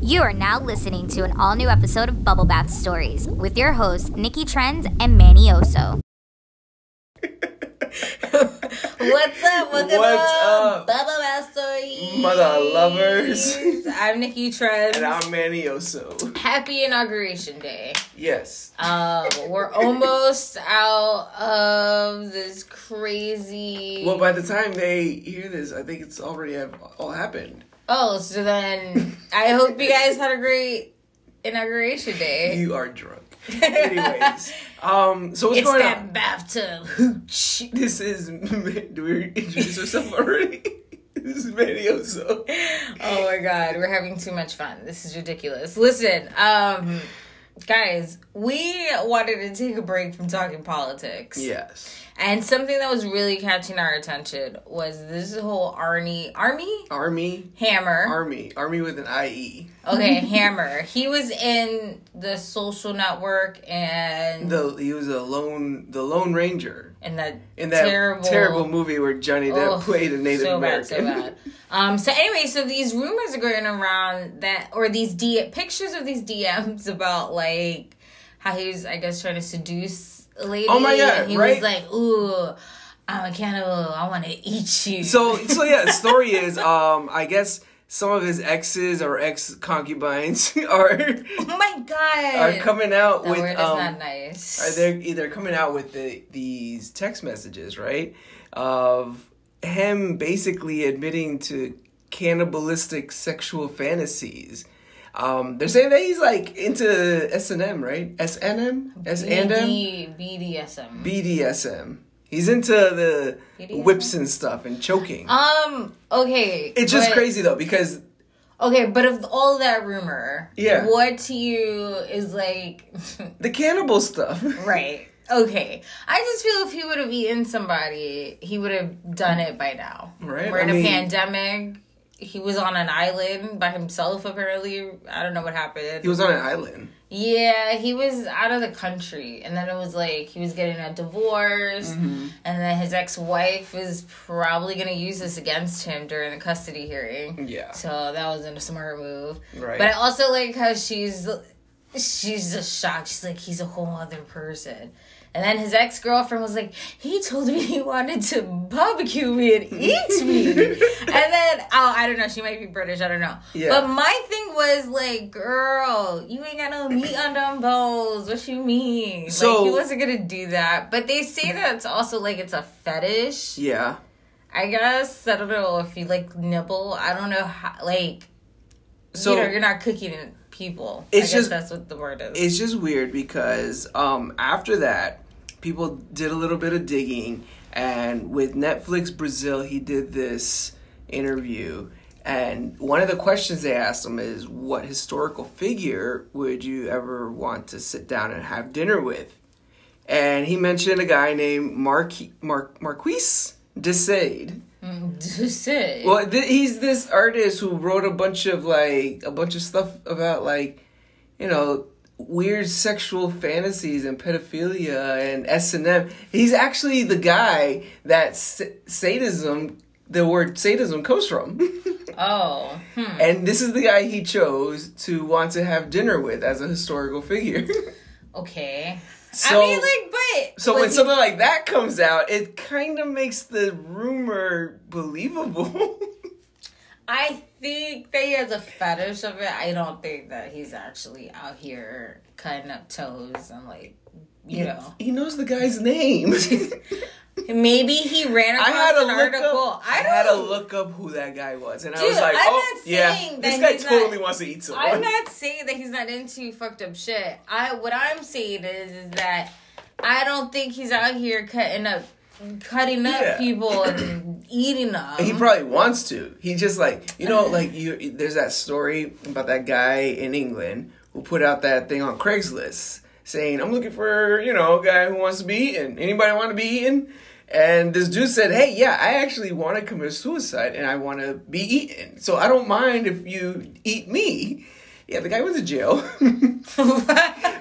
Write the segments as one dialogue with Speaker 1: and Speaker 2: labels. Speaker 1: You are now listening to an all new episode of Bubble Bath Stories with your hosts, Nikki Trends and Manny Oso.
Speaker 2: What's up? Welcome
Speaker 3: What's
Speaker 2: up?
Speaker 3: up?
Speaker 2: Bubble Bath Stories.
Speaker 3: Mother lovers.
Speaker 2: I'm Nikki Trez.
Speaker 3: And I'm Manny Oso.
Speaker 2: Happy Inauguration Day.
Speaker 3: Yes.
Speaker 2: Um, we're almost out of this crazy.
Speaker 3: Well, by the time they hear this, I think it's already have all happened.
Speaker 2: oh, so then I hope you guys had a great Inauguration Day.
Speaker 3: You are drunk. Anyways, um, so what's
Speaker 2: it's
Speaker 3: going
Speaker 2: that
Speaker 3: on?
Speaker 2: bathtub hooch.
Speaker 3: This is do we introduce ourselves already? this is Manny Oso.
Speaker 2: Oh my god, we're having too much fun. This is ridiculous. Listen, um guys, we wanted to take a break from talking politics.
Speaker 3: Yes,
Speaker 2: And something that was really catching our attention was this whole Arnie Army
Speaker 3: army,
Speaker 2: Hammer.
Speaker 3: army, army with an I E.
Speaker 2: Okay, Hammer. He was in the social network and
Speaker 3: The he was a lone the Lone Ranger
Speaker 2: and that,
Speaker 3: in that
Speaker 2: terrible
Speaker 3: terrible, movie where Johnny Depp
Speaker 2: Ugh,
Speaker 3: played a Native
Speaker 2: so
Speaker 3: American.
Speaker 2: Bad, so bad. Um, so anyway, so these rumors are going around that, or these D- pictures of these DMs about like how he was, I guess, trying to seduce a lady.
Speaker 3: Oh my God,
Speaker 2: And he was
Speaker 3: right?
Speaker 2: like, "Ooh, I'm a cannibal. I want to eat you."
Speaker 3: So so yeah, the story is um I guess some of his exes or ex concubines are
Speaker 2: oh my god,
Speaker 3: are coming out
Speaker 2: that
Speaker 3: with
Speaker 2: word
Speaker 3: um
Speaker 2: is not nice.
Speaker 3: are they're either coming out with the, these text messages right of him basically admitting to cannibalistic sexual fantasies. Um, they're saying that he's like into S and M, right? S and M, S and M,
Speaker 2: BD, BDSM.
Speaker 3: BDSM. He's into the
Speaker 2: BDSM?
Speaker 3: whips and stuff and choking.
Speaker 2: um. Okay.
Speaker 3: it's just
Speaker 2: but-
Speaker 3: crazy though because
Speaker 2: Okay, but of all that rumor,
Speaker 3: Yeah.
Speaker 2: what to you is like
Speaker 3: the cannibal stuff.
Speaker 2: Right. Okay. I just feel if he would have eaten somebody, he would have done it by now.
Speaker 3: Right,
Speaker 2: We're in
Speaker 3: I
Speaker 2: a
Speaker 3: mean-
Speaker 2: pandemic. He was on an island by himself, apparently. I don't know what happened.
Speaker 3: He was on an island.
Speaker 2: yeah, he was out of the country. And then it was like he was getting a divorce.
Speaker 3: Mm-hmm.
Speaker 2: And then his ex wife is probably going to use this against him during the custody hearing.
Speaker 3: Yeah.
Speaker 2: So that wasn't a smart move.
Speaker 3: Right.
Speaker 2: But I also like how she's she's just shocked. She's like, he's a whole other person. And then his ex girlfriend was like, he told me he wanted to barbecue me and eat me. and then, oh, I don't know. She might be British. I don't know.
Speaker 3: Yeah.
Speaker 2: But my thing was like, girl, you ain't got no meat on them bones. What you mean? like,
Speaker 3: So-
Speaker 2: he wasn't going to do that. But they say that it's also like it's a fetish.
Speaker 3: Yeah.
Speaker 2: I guess I don't know if you like nibble. I don't know how like
Speaker 3: So
Speaker 2: you know you're not cooking people. I
Speaker 3: It's
Speaker 2: guess
Speaker 3: just-
Speaker 2: that's what the word is.
Speaker 3: it's just weird because um, after that, people did a little bit of digging, and with Netflix Brazil, he did this interview. And one of the questions they asked him is, "What historical figure would you ever want to sit down and have dinner with?" And he mentioned a guy named Marqu- Mar- Marquis de Sade.
Speaker 2: Mm, Just it.
Speaker 3: Well, th- he's this artist who wrote a bunch of like a bunch of stuff about like, you know, weird sexual fantasies and pedophilia and S and M. He's actually the guy that s- sadism, the word sadism, comes from.
Speaker 2: oh, hmm.
Speaker 3: and this is the guy he chose to want to have dinner with as a historical figure.
Speaker 2: okay.
Speaker 3: So-
Speaker 2: I mean, like, but
Speaker 3: so when
Speaker 2: was he-
Speaker 3: something like that comes out, it kind of makes the rumor believable.
Speaker 2: I think that he has a fetish of it. I don't think that he's actually out here cutting up toes and like. You know,
Speaker 3: he knows the guy's name.
Speaker 2: maybe he ran across
Speaker 3: I had to
Speaker 2: an
Speaker 3: look
Speaker 2: article.
Speaker 3: up.
Speaker 2: I
Speaker 3: I,
Speaker 2: don't
Speaker 3: had to look up who that guy was, and I
Speaker 2: Dude,
Speaker 3: was like,
Speaker 2: I'm
Speaker 3: "Oh,
Speaker 2: not
Speaker 3: yeah,
Speaker 2: saying
Speaker 3: this
Speaker 2: that
Speaker 3: guy
Speaker 2: he's
Speaker 3: totally
Speaker 2: not-
Speaker 3: wants to eat someone."
Speaker 2: I'm not saying that he's not into fucked up shit. I what I'm saying is is that I don't think he's out here cutting up cutting up
Speaker 3: Yeah.
Speaker 2: people and eating them.
Speaker 3: he probably wants to. He just like you know, like you. There's that story about that guy in England who put out that thing on Craigslist saying, "I'm looking for you know a guy who wants to be eaten. Anybody want to be eaten?" And this dude said, "Hey, yeah, I actually want to commit suicide and I want to be eaten. So I don't mind if you eat me." yeah, the guy went to jail.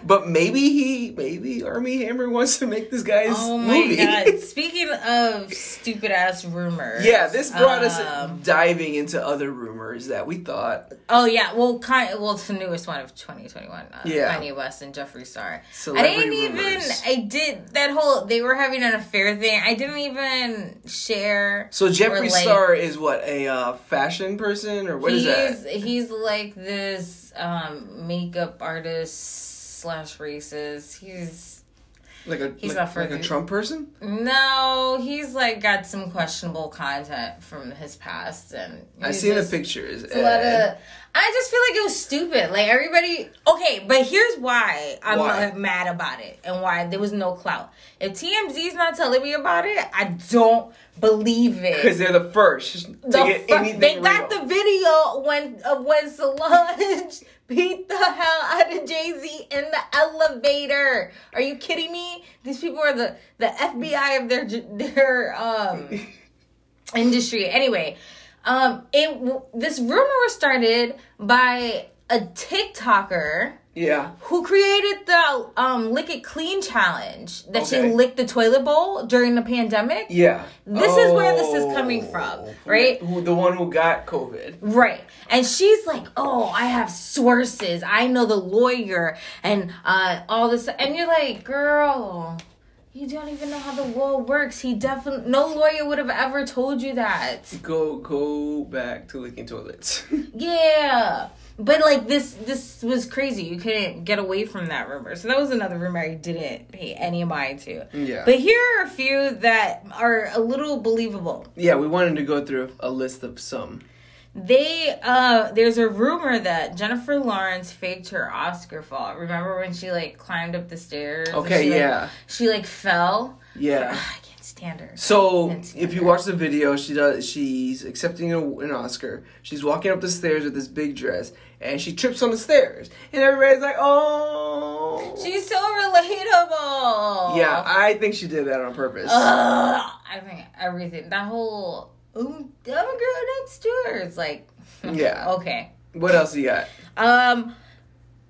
Speaker 3: but maybe he, maybe Army Hammer wants to make this guy's
Speaker 2: oh my
Speaker 3: movie.
Speaker 2: god! Speaking of stupid ass rumors,
Speaker 3: yeah, this brought us
Speaker 2: um,
Speaker 3: diving into other rumors that we thought.
Speaker 2: Oh yeah, well, kind well, it's the newest one of 2021. Uh,
Speaker 3: Yeah.
Speaker 2: Kanye West and Jeffree Star.
Speaker 3: Celebrity
Speaker 2: I didn't
Speaker 3: rumors.
Speaker 2: even. I did that whole they were having an affair thing. I didn't even share.
Speaker 3: So Jeffree
Speaker 2: relate.
Speaker 3: Star is what a uh, fashion person or what is
Speaker 2: he's
Speaker 3: that?
Speaker 2: he's like this um, makeup artist slash racist. He's
Speaker 3: Like a
Speaker 2: he's
Speaker 3: like,
Speaker 2: not Mm-hmm. for
Speaker 3: like a
Speaker 2: you.
Speaker 3: Trump person?
Speaker 2: no, he's like got some questionable content from his past, and
Speaker 3: I
Speaker 2: he's
Speaker 3: seen the
Speaker 2: just-
Speaker 3: pictures.
Speaker 2: a lot
Speaker 3: and-
Speaker 2: of- I just feel like it was stupid. Like everybody, okay, but here's why I'm
Speaker 3: Why?
Speaker 2: uh, mad about it and why there was no clout. If TMZ's not telling me about it, I don't believe
Speaker 3: because
Speaker 2: it.
Speaker 3: they're the first to
Speaker 2: The
Speaker 3: get
Speaker 2: fu-
Speaker 3: anything
Speaker 2: they got
Speaker 3: real.
Speaker 2: the video when of when Solange beat the hell out of Jay Z in the elevator. Are you kidding me? These people are the the FBI of their j- their um industry. Anyway, um, it w- this rumor was started by a TikToker
Speaker 3: yeah.
Speaker 2: who created the um lick it clean challenge that she
Speaker 3: Okay.
Speaker 2: licked the toilet bowl during the pandemic.
Speaker 3: Yeah. Oh.
Speaker 2: This is where this is coming from, right?
Speaker 3: Who, the one who got COVID.
Speaker 2: Right. And she's like, "Oh, I have sources. I know the lawyer and uh all this." And you're like, "Girl, you don't even know how the law works. He definitely no lawyer would have ever told you that."
Speaker 3: Go go back to licking toilets.
Speaker 2: Yeah. But like this this was crazy. You couldn't get away from that rumor. So that was another rumor I didn't pay any mind to.
Speaker 3: Yeah.
Speaker 2: But here are a few that are a little believable.
Speaker 3: yeah, we wanted to go through a list of some.
Speaker 2: They uh there's a rumor that Jennifer Lawrence faked her Oscar fall. Remember when she like climbed up the stairs? and
Speaker 3: Okay,
Speaker 2: she, like-
Speaker 3: yeah.
Speaker 2: she like fell.
Speaker 3: Yeah.
Speaker 2: Ah, I can't stand her.
Speaker 3: So
Speaker 2: That's
Speaker 3: if you
Speaker 2: better.
Speaker 3: watch the video, she does. She's accepting a, an Oscar. She's walking up the stairs with this big dress, and she trips on the stairs, and everybody's like, "Oh."
Speaker 2: She's so relatable.
Speaker 3: yeah, I think she did that on purpose.
Speaker 2: Ugh, I think everything that whole um, I'm a girl next door. It's like
Speaker 3: Yeah.
Speaker 2: okay.
Speaker 3: What else you got?
Speaker 2: Um,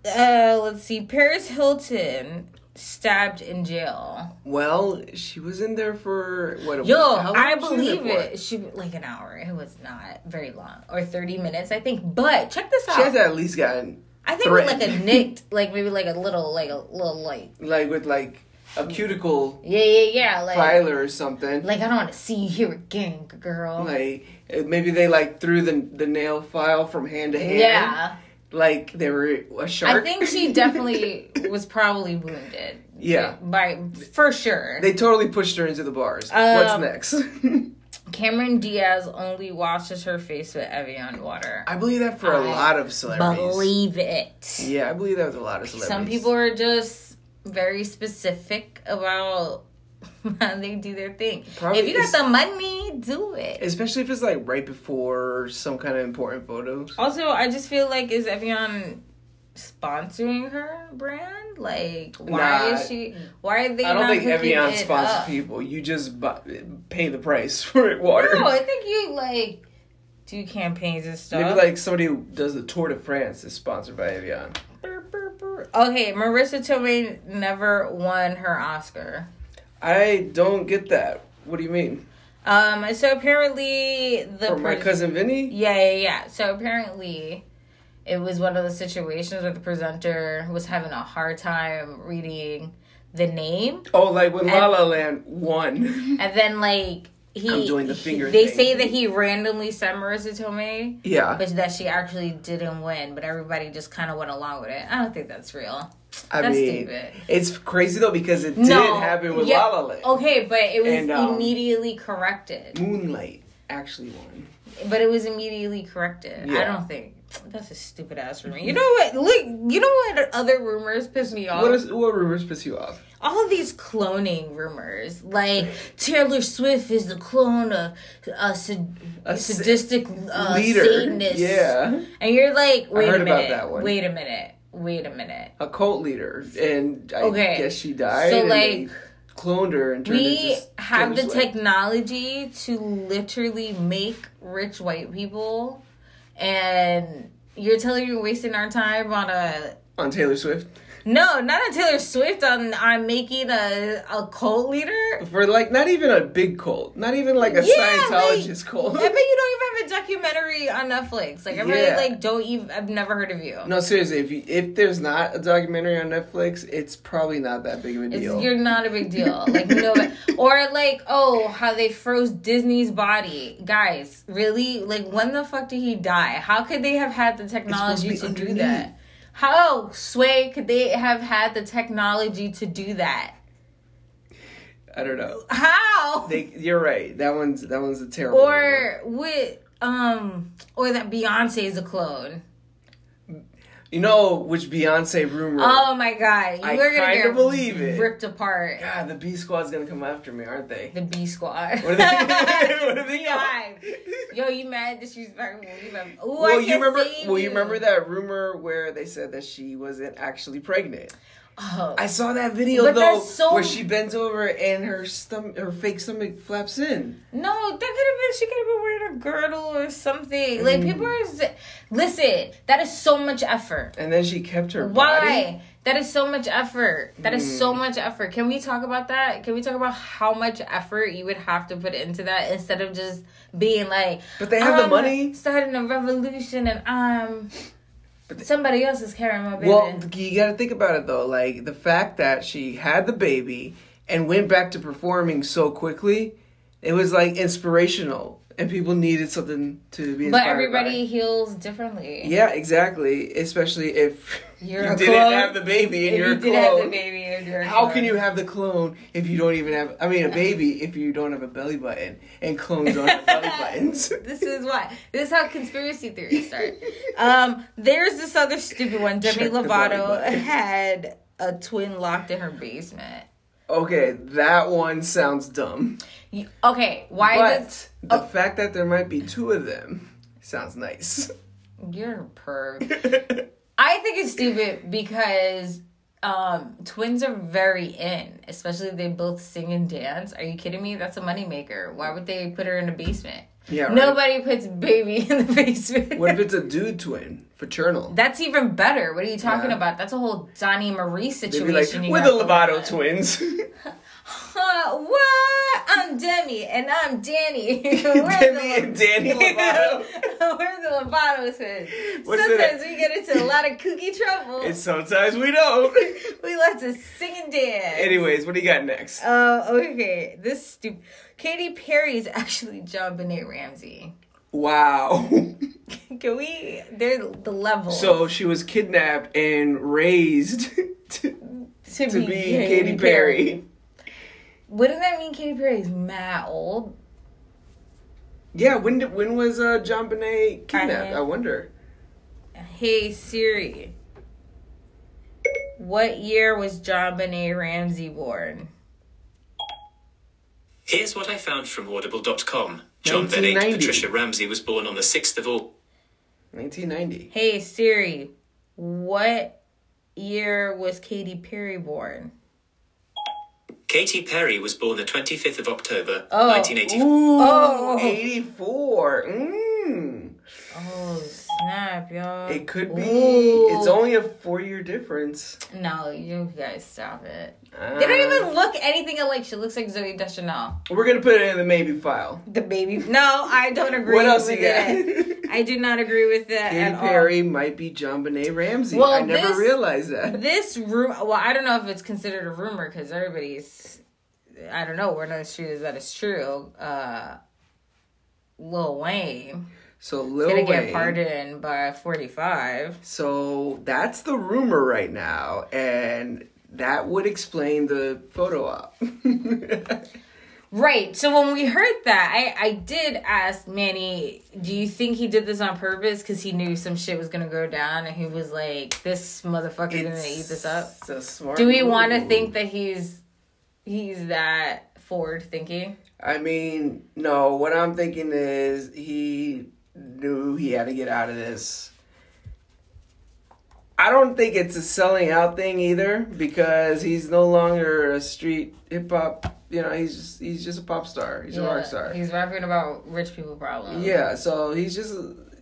Speaker 2: uh, let's see. Paris Hilton stabbed in jail.
Speaker 3: Well, she was in there for what? A
Speaker 2: Yo,
Speaker 3: week? How long
Speaker 2: I
Speaker 3: was she in there
Speaker 2: believe
Speaker 3: for?
Speaker 2: it. She like an hour. It was not very long, or thirty minutes, I think. But check this
Speaker 3: She has
Speaker 2: out.
Speaker 3: at least gotten
Speaker 2: I think with, like
Speaker 3: thread.
Speaker 2: a nicked, like maybe like a little, like a little, like
Speaker 3: like with like a cuticle
Speaker 2: yeah, yeah, yeah, like
Speaker 3: filer or something.
Speaker 2: like I don't want to see you here again, girl.
Speaker 3: Like uh, maybe they like threw the the nail file from hand to hand.
Speaker 2: yeah.
Speaker 3: Like they were a shark.
Speaker 2: I think she definitely was probably wounded.
Speaker 3: Yeah.
Speaker 2: By for sure.
Speaker 3: they totally pushed her into the bars.
Speaker 2: Um,
Speaker 3: What's next?
Speaker 2: Cameron Diaz only washes her face with Evian water.
Speaker 3: I believe that for a
Speaker 2: I
Speaker 3: lot of celebrities.
Speaker 2: Believe it.
Speaker 3: yeah, I believe that with a lot of celebrities.
Speaker 2: Some people are just very specific about how they do their thing.
Speaker 3: Probably
Speaker 2: if you got
Speaker 3: it's-
Speaker 2: the money, do it.
Speaker 3: especially if it's like right before some kind of important photos.
Speaker 2: Also, I just feel like is Evian sponsoring her brand? Like why
Speaker 3: Nah,
Speaker 2: is she why are they
Speaker 3: I don't
Speaker 2: not
Speaker 3: think
Speaker 2: hooking
Speaker 3: Evian
Speaker 2: it
Speaker 3: sponsors
Speaker 2: up?
Speaker 3: people. You just buy, pay the price for it. Water.
Speaker 2: No, I think you like do campaigns and stuff.
Speaker 3: Maybe like somebody who does the Tour de France is sponsored by Evian.
Speaker 2: Brr, brr, brr. okay, Marissa Tomei never won her Oscar.
Speaker 3: I don't get that. What do you mean?
Speaker 2: Um, so apparently the
Speaker 3: For my
Speaker 2: pres-
Speaker 3: cousin Vinny?
Speaker 2: yeah, yeah, yeah. So apparently, it was one of those situations where the presenter was having a hard time reading the name,
Speaker 3: Oh, like when La La Land won.
Speaker 2: and then like he
Speaker 3: I'm doing the finger
Speaker 2: he- they
Speaker 3: thing.
Speaker 2: say that he randomly said Marissa Tomei,
Speaker 3: yeah,
Speaker 2: but that she actually didn't win, but everybody just kind of went along with it. I don't think that's real.
Speaker 3: I
Speaker 2: that's
Speaker 3: mean,
Speaker 2: stupid.
Speaker 3: it's crazy though because it
Speaker 2: No,
Speaker 3: did happen with
Speaker 2: yeah,
Speaker 3: La La Land.
Speaker 2: Okay, but it was
Speaker 3: And, um,
Speaker 2: immediately corrected.
Speaker 3: Moonlight actually won.
Speaker 2: But it was immediately corrected. I
Speaker 3: Yeah.
Speaker 2: don't think that's a stupid ass rumor. You know what? Look, you know what? Other rumors piss me off.
Speaker 3: What is what rumors piss you off?
Speaker 2: All of these cloning rumors, like Taylor Swift is the clone of a, sad-
Speaker 3: A sa-
Speaker 2: sadistic uh,
Speaker 3: Leader.
Speaker 2: Satanist.
Speaker 3: Yeah,
Speaker 2: and you're like, wait
Speaker 3: heard
Speaker 2: a
Speaker 3: about
Speaker 2: minute,
Speaker 3: that one.
Speaker 2: wait a minute, wait a minute.
Speaker 3: a cult leader, and I
Speaker 2: Okay.
Speaker 3: guess she died.
Speaker 2: So,
Speaker 3: and they
Speaker 2: like,
Speaker 3: cloned her and turned
Speaker 2: We
Speaker 3: into
Speaker 2: have the
Speaker 3: Taylor Swift.
Speaker 2: technology to literally make rich white people and You're telling me we're wasting our time on a
Speaker 3: on Taylor Swift
Speaker 2: no, not on Taylor Swift. On on making a a cult leader.
Speaker 3: for like not even a big cult, not even like a
Speaker 2: Yeah,
Speaker 3: Scientologist cult.
Speaker 2: I bet you don't even have a documentary on Netflix. Like I
Speaker 3: Yeah.
Speaker 2: really like don't even. I've never heard of you.
Speaker 3: no, seriously, if you, if there's not a documentary on Netflix, it's probably not that big of a
Speaker 2: It's,
Speaker 3: deal.
Speaker 2: you're not a big deal. Like no, or like oh, how they froze Disney's body, guys. Really? Like when the fuck did he die? How could they have had the
Speaker 3: supposed to
Speaker 2: technology
Speaker 3: be
Speaker 2: to, do
Speaker 3: underneath.
Speaker 2: that? How sway could they have had the technology to do that?
Speaker 3: I don't know.
Speaker 2: How?
Speaker 3: They, you're right. That one's that one's a terrible. one.
Speaker 2: or with um, or that Beyonce is a clone.
Speaker 3: you know which Beyonce rumor?
Speaker 2: Oh my god, you
Speaker 3: I
Speaker 2: were gonna
Speaker 3: kinda
Speaker 2: get
Speaker 3: believe it.
Speaker 2: ripped apart.
Speaker 3: God, the B Squad's gonna come after me, aren't they?
Speaker 2: The B squad.
Speaker 3: What are they- what are they
Speaker 2: Beehive.
Speaker 3: called?
Speaker 2: Yo, you mad disrespectful? You mad- Ooh, I
Speaker 3: well,
Speaker 2: can't
Speaker 3: you remember?
Speaker 2: save
Speaker 3: Well, you remember that rumor where they said that she wasn't actually pregnant.
Speaker 2: Oh.
Speaker 3: I saw that video
Speaker 2: But
Speaker 3: though,
Speaker 2: that's so-
Speaker 3: where she bends over and her stomach, her fake stomach flaps in.
Speaker 2: No, that could have been. She could have been wearing a girdle or something. Like people
Speaker 3: Mm.
Speaker 2: are. s- Listen, that is so much effort.
Speaker 3: And then she kept her body. Hmm.
Speaker 2: Why? That is so much effort. That is so much effort. Can we talk about that? Can we talk about how much effort you would have to put into that instead of just being like?
Speaker 3: But they have the
Speaker 2: "I'm
Speaker 3: money."
Speaker 2: Starting a revolution, and I'm. somebody else is carrying my baby.
Speaker 3: Well, you got to think about it though. Like the fact that she had the baby and went back to performing so quickly, it was like inspirational, and people needed something to be.
Speaker 2: But
Speaker 3: Inspired
Speaker 2: everybody
Speaker 3: by.
Speaker 2: heals differently.
Speaker 3: Yeah, exactly. Especially if
Speaker 2: You're
Speaker 3: you
Speaker 2: a
Speaker 3: didn't
Speaker 2: clone.
Speaker 3: have the baby and
Speaker 2: If
Speaker 3: you're
Speaker 2: you
Speaker 3: a
Speaker 2: did have the
Speaker 3: clone.
Speaker 2: baby, and you're a
Speaker 3: How
Speaker 2: clone.
Speaker 3: can you have the clone if you don't even have? I mean, a baby if you don't have a belly button, and clones don't have belly buttons.
Speaker 2: This is why. This is how conspiracy theories start. um, there's this other stupid one. Demi
Speaker 3: Check the belly
Speaker 2: Lovato
Speaker 3: button.
Speaker 2: had a twin locked in her basement.
Speaker 3: Okay, that one sounds dumb.
Speaker 2: You- Okay, why does
Speaker 3: But the fact that there might be two of them sounds nice.
Speaker 2: you're a perv? I think it's stupid because um twins are very in, especially if they both sing and dance. Are you kidding me? That's a moneymaker. Why would they put her in a basement?
Speaker 3: Yeah, right.
Speaker 2: Nobody puts baby in the basement.
Speaker 3: What if it's a dude twin, fraternal?
Speaker 2: That's even better. What are you talking
Speaker 3: Yeah.
Speaker 2: about? That's a whole Donnie Marie
Speaker 3: They'd
Speaker 2: situation.
Speaker 3: be like,
Speaker 2: you
Speaker 3: we're
Speaker 2: got
Speaker 3: the
Speaker 2: going on."
Speaker 3: Lovato twins.
Speaker 2: Huh, what? I'm Demi and I'm Danny. We're
Speaker 3: Demi
Speaker 2: the-
Speaker 3: and Danny Lovato.
Speaker 2: We're the Lovato twins.
Speaker 3: What's
Speaker 2: Sometimes
Speaker 3: that?
Speaker 2: we get into a lot of kooky trouble.
Speaker 3: And sometimes we don't.
Speaker 2: we like to sing and dance.
Speaker 3: Anyways, what do you got next?
Speaker 2: Uh, okay, this stupid. Katy Perry is actually John Benet Ramsey.
Speaker 3: Wow.
Speaker 2: Can we? They're the level.
Speaker 3: So she was kidnapped and raised to,
Speaker 2: to,
Speaker 3: to be Katy Perry.
Speaker 2: Wouldn't that mean Katy Perry is mad old?
Speaker 3: Yeah, when did, when was uh, John Bonet kidnapped?
Speaker 2: I-
Speaker 3: I, wonder.
Speaker 2: Hey Siri. What year was John Benet Ramsey born?
Speaker 4: Here's what I found from audible.com. John
Speaker 3: 1990.
Speaker 4: Bennett Patricia Ramsey was born on the 6th of August.
Speaker 3: 1990.
Speaker 2: Hey Siri, what year was Katy Perry born?
Speaker 4: Katy Perry was born the 25th of October,
Speaker 2: Oh.
Speaker 4: 1984.
Speaker 3: Ooh,
Speaker 2: Oh.
Speaker 3: 84. Mm.
Speaker 2: Oh snap, y'all.
Speaker 3: It could be.
Speaker 2: Ooh.
Speaker 3: It's only a four year difference.
Speaker 2: No, you guys stop it.
Speaker 3: Uh,
Speaker 2: They don't even look anything alike. She looks like Zoe Deschanel.
Speaker 3: We're gonna put it in the maybe file.
Speaker 2: The baby. No, I don't agree
Speaker 3: What else you
Speaker 2: with
Speaker 3: got?
Speaker 2: it. I do not agree with that
Speaker 3: Katy
Speaker 2: at all.
Speaker 3: Perry might be John Bonet Ramsey.
Speaker 2: Well,
Speaker 3: I never
Speaker 2: this-
Speaker 3: realized that.
Speaker 2: this room well i don't know if it's considered a rumor because everybody's i don't know we're not sure is that it's true uh lil wayne
Speaker 3: So
Speaker 2: gonna
Speaker 3: Lil
Speaker 2: get
Speaker 3: Wayne.
Speaker 2: pardoned by 45
Speaker 3: So that's the rumor right now, and that would explain the photo op.
Speaker 2: right so when we heard that i i did ask manny do you think he did this on purpose because he knew some shit was gonna go down and he was like this motherfucker gonna eat this up
Speaker 3: It's a smart
Speaker 2: do we want to
Speaker 3: move.
Speaker 2: think that he's he's that forward thinking
Speaker 3: I mean, no. What I'm thinking is he knew he had to get out of this. I don't think it's a selling out thing either because he's no longer a street hip hop. You know, he's just, he's just a pop star. He's a rock star.
Speaker 2: he's rapping about rich people problems
Speaker 3: Yeah, so he's just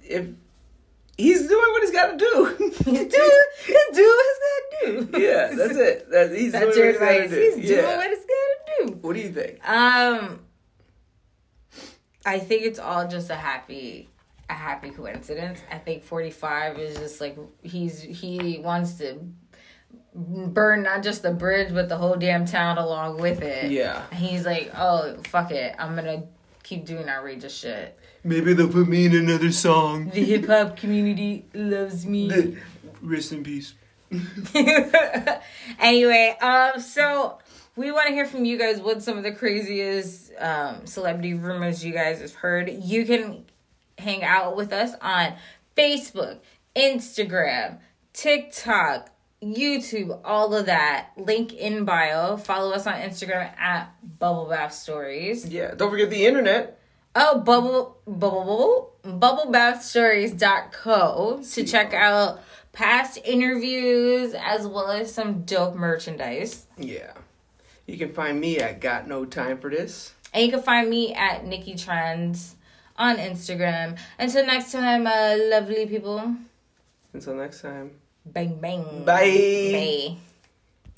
Speaker 3: if he's doing what he's got to do.
Speaker 2: He's doing, he's doing what he's gotta do.
Speaker 3: yeah, that's it. That, he's
Speaker 2: That's your
Speaker 3: doing what he's
Speaker 2: advice.
Speaker 3: got to
Speaker 2: He's
Speaker 3: do.
Speaker 2: doing
Speaker 3: yeah.
Speaker 2: what he's gotta do.
Speaker 3: what do you think?
Speaker 2: Um, I think it's all just a happy, a happy coincidence. I think forty five is just like he's he wants to burn not just the bridge but the whole damn town along with it.
Speaker 3: Yeah.
Speaker 2: And he's like, oh fuck it, I'm gonna keep doing outrageous shit.
Speaker 3: Maybe they'll put me in another song.
Speaker 2: The hip hop community loves me.
Speaker 3: Rest in peace.
Speaker 2: anyway, um, so we want to hear from you guys what some of the craziest um, celebrity rumors you guys have heard. You can hang out with us on Facebook, Instagram, TikTok, YouTube, all of that. Link in bio. Follow us on Instagram at Bubble Bath Stories.
Speaker 3: Yeah, don't forget the internet.
Speaker 2: Oh, bubble bubble bubble bubblebathstories.co to check out past interviews as well as some dope merchandise.
Speaker 3: Yeah. You can find me at Got No Time for This.
Speaker 2: And you can find me at Nikki Trends on Instagram. Until next time, uh, lovely people.
Speaker 3: Until next time.
Speaker 2: Bang bang.
Speaker 3: Bye.
Speaker 2: Bye.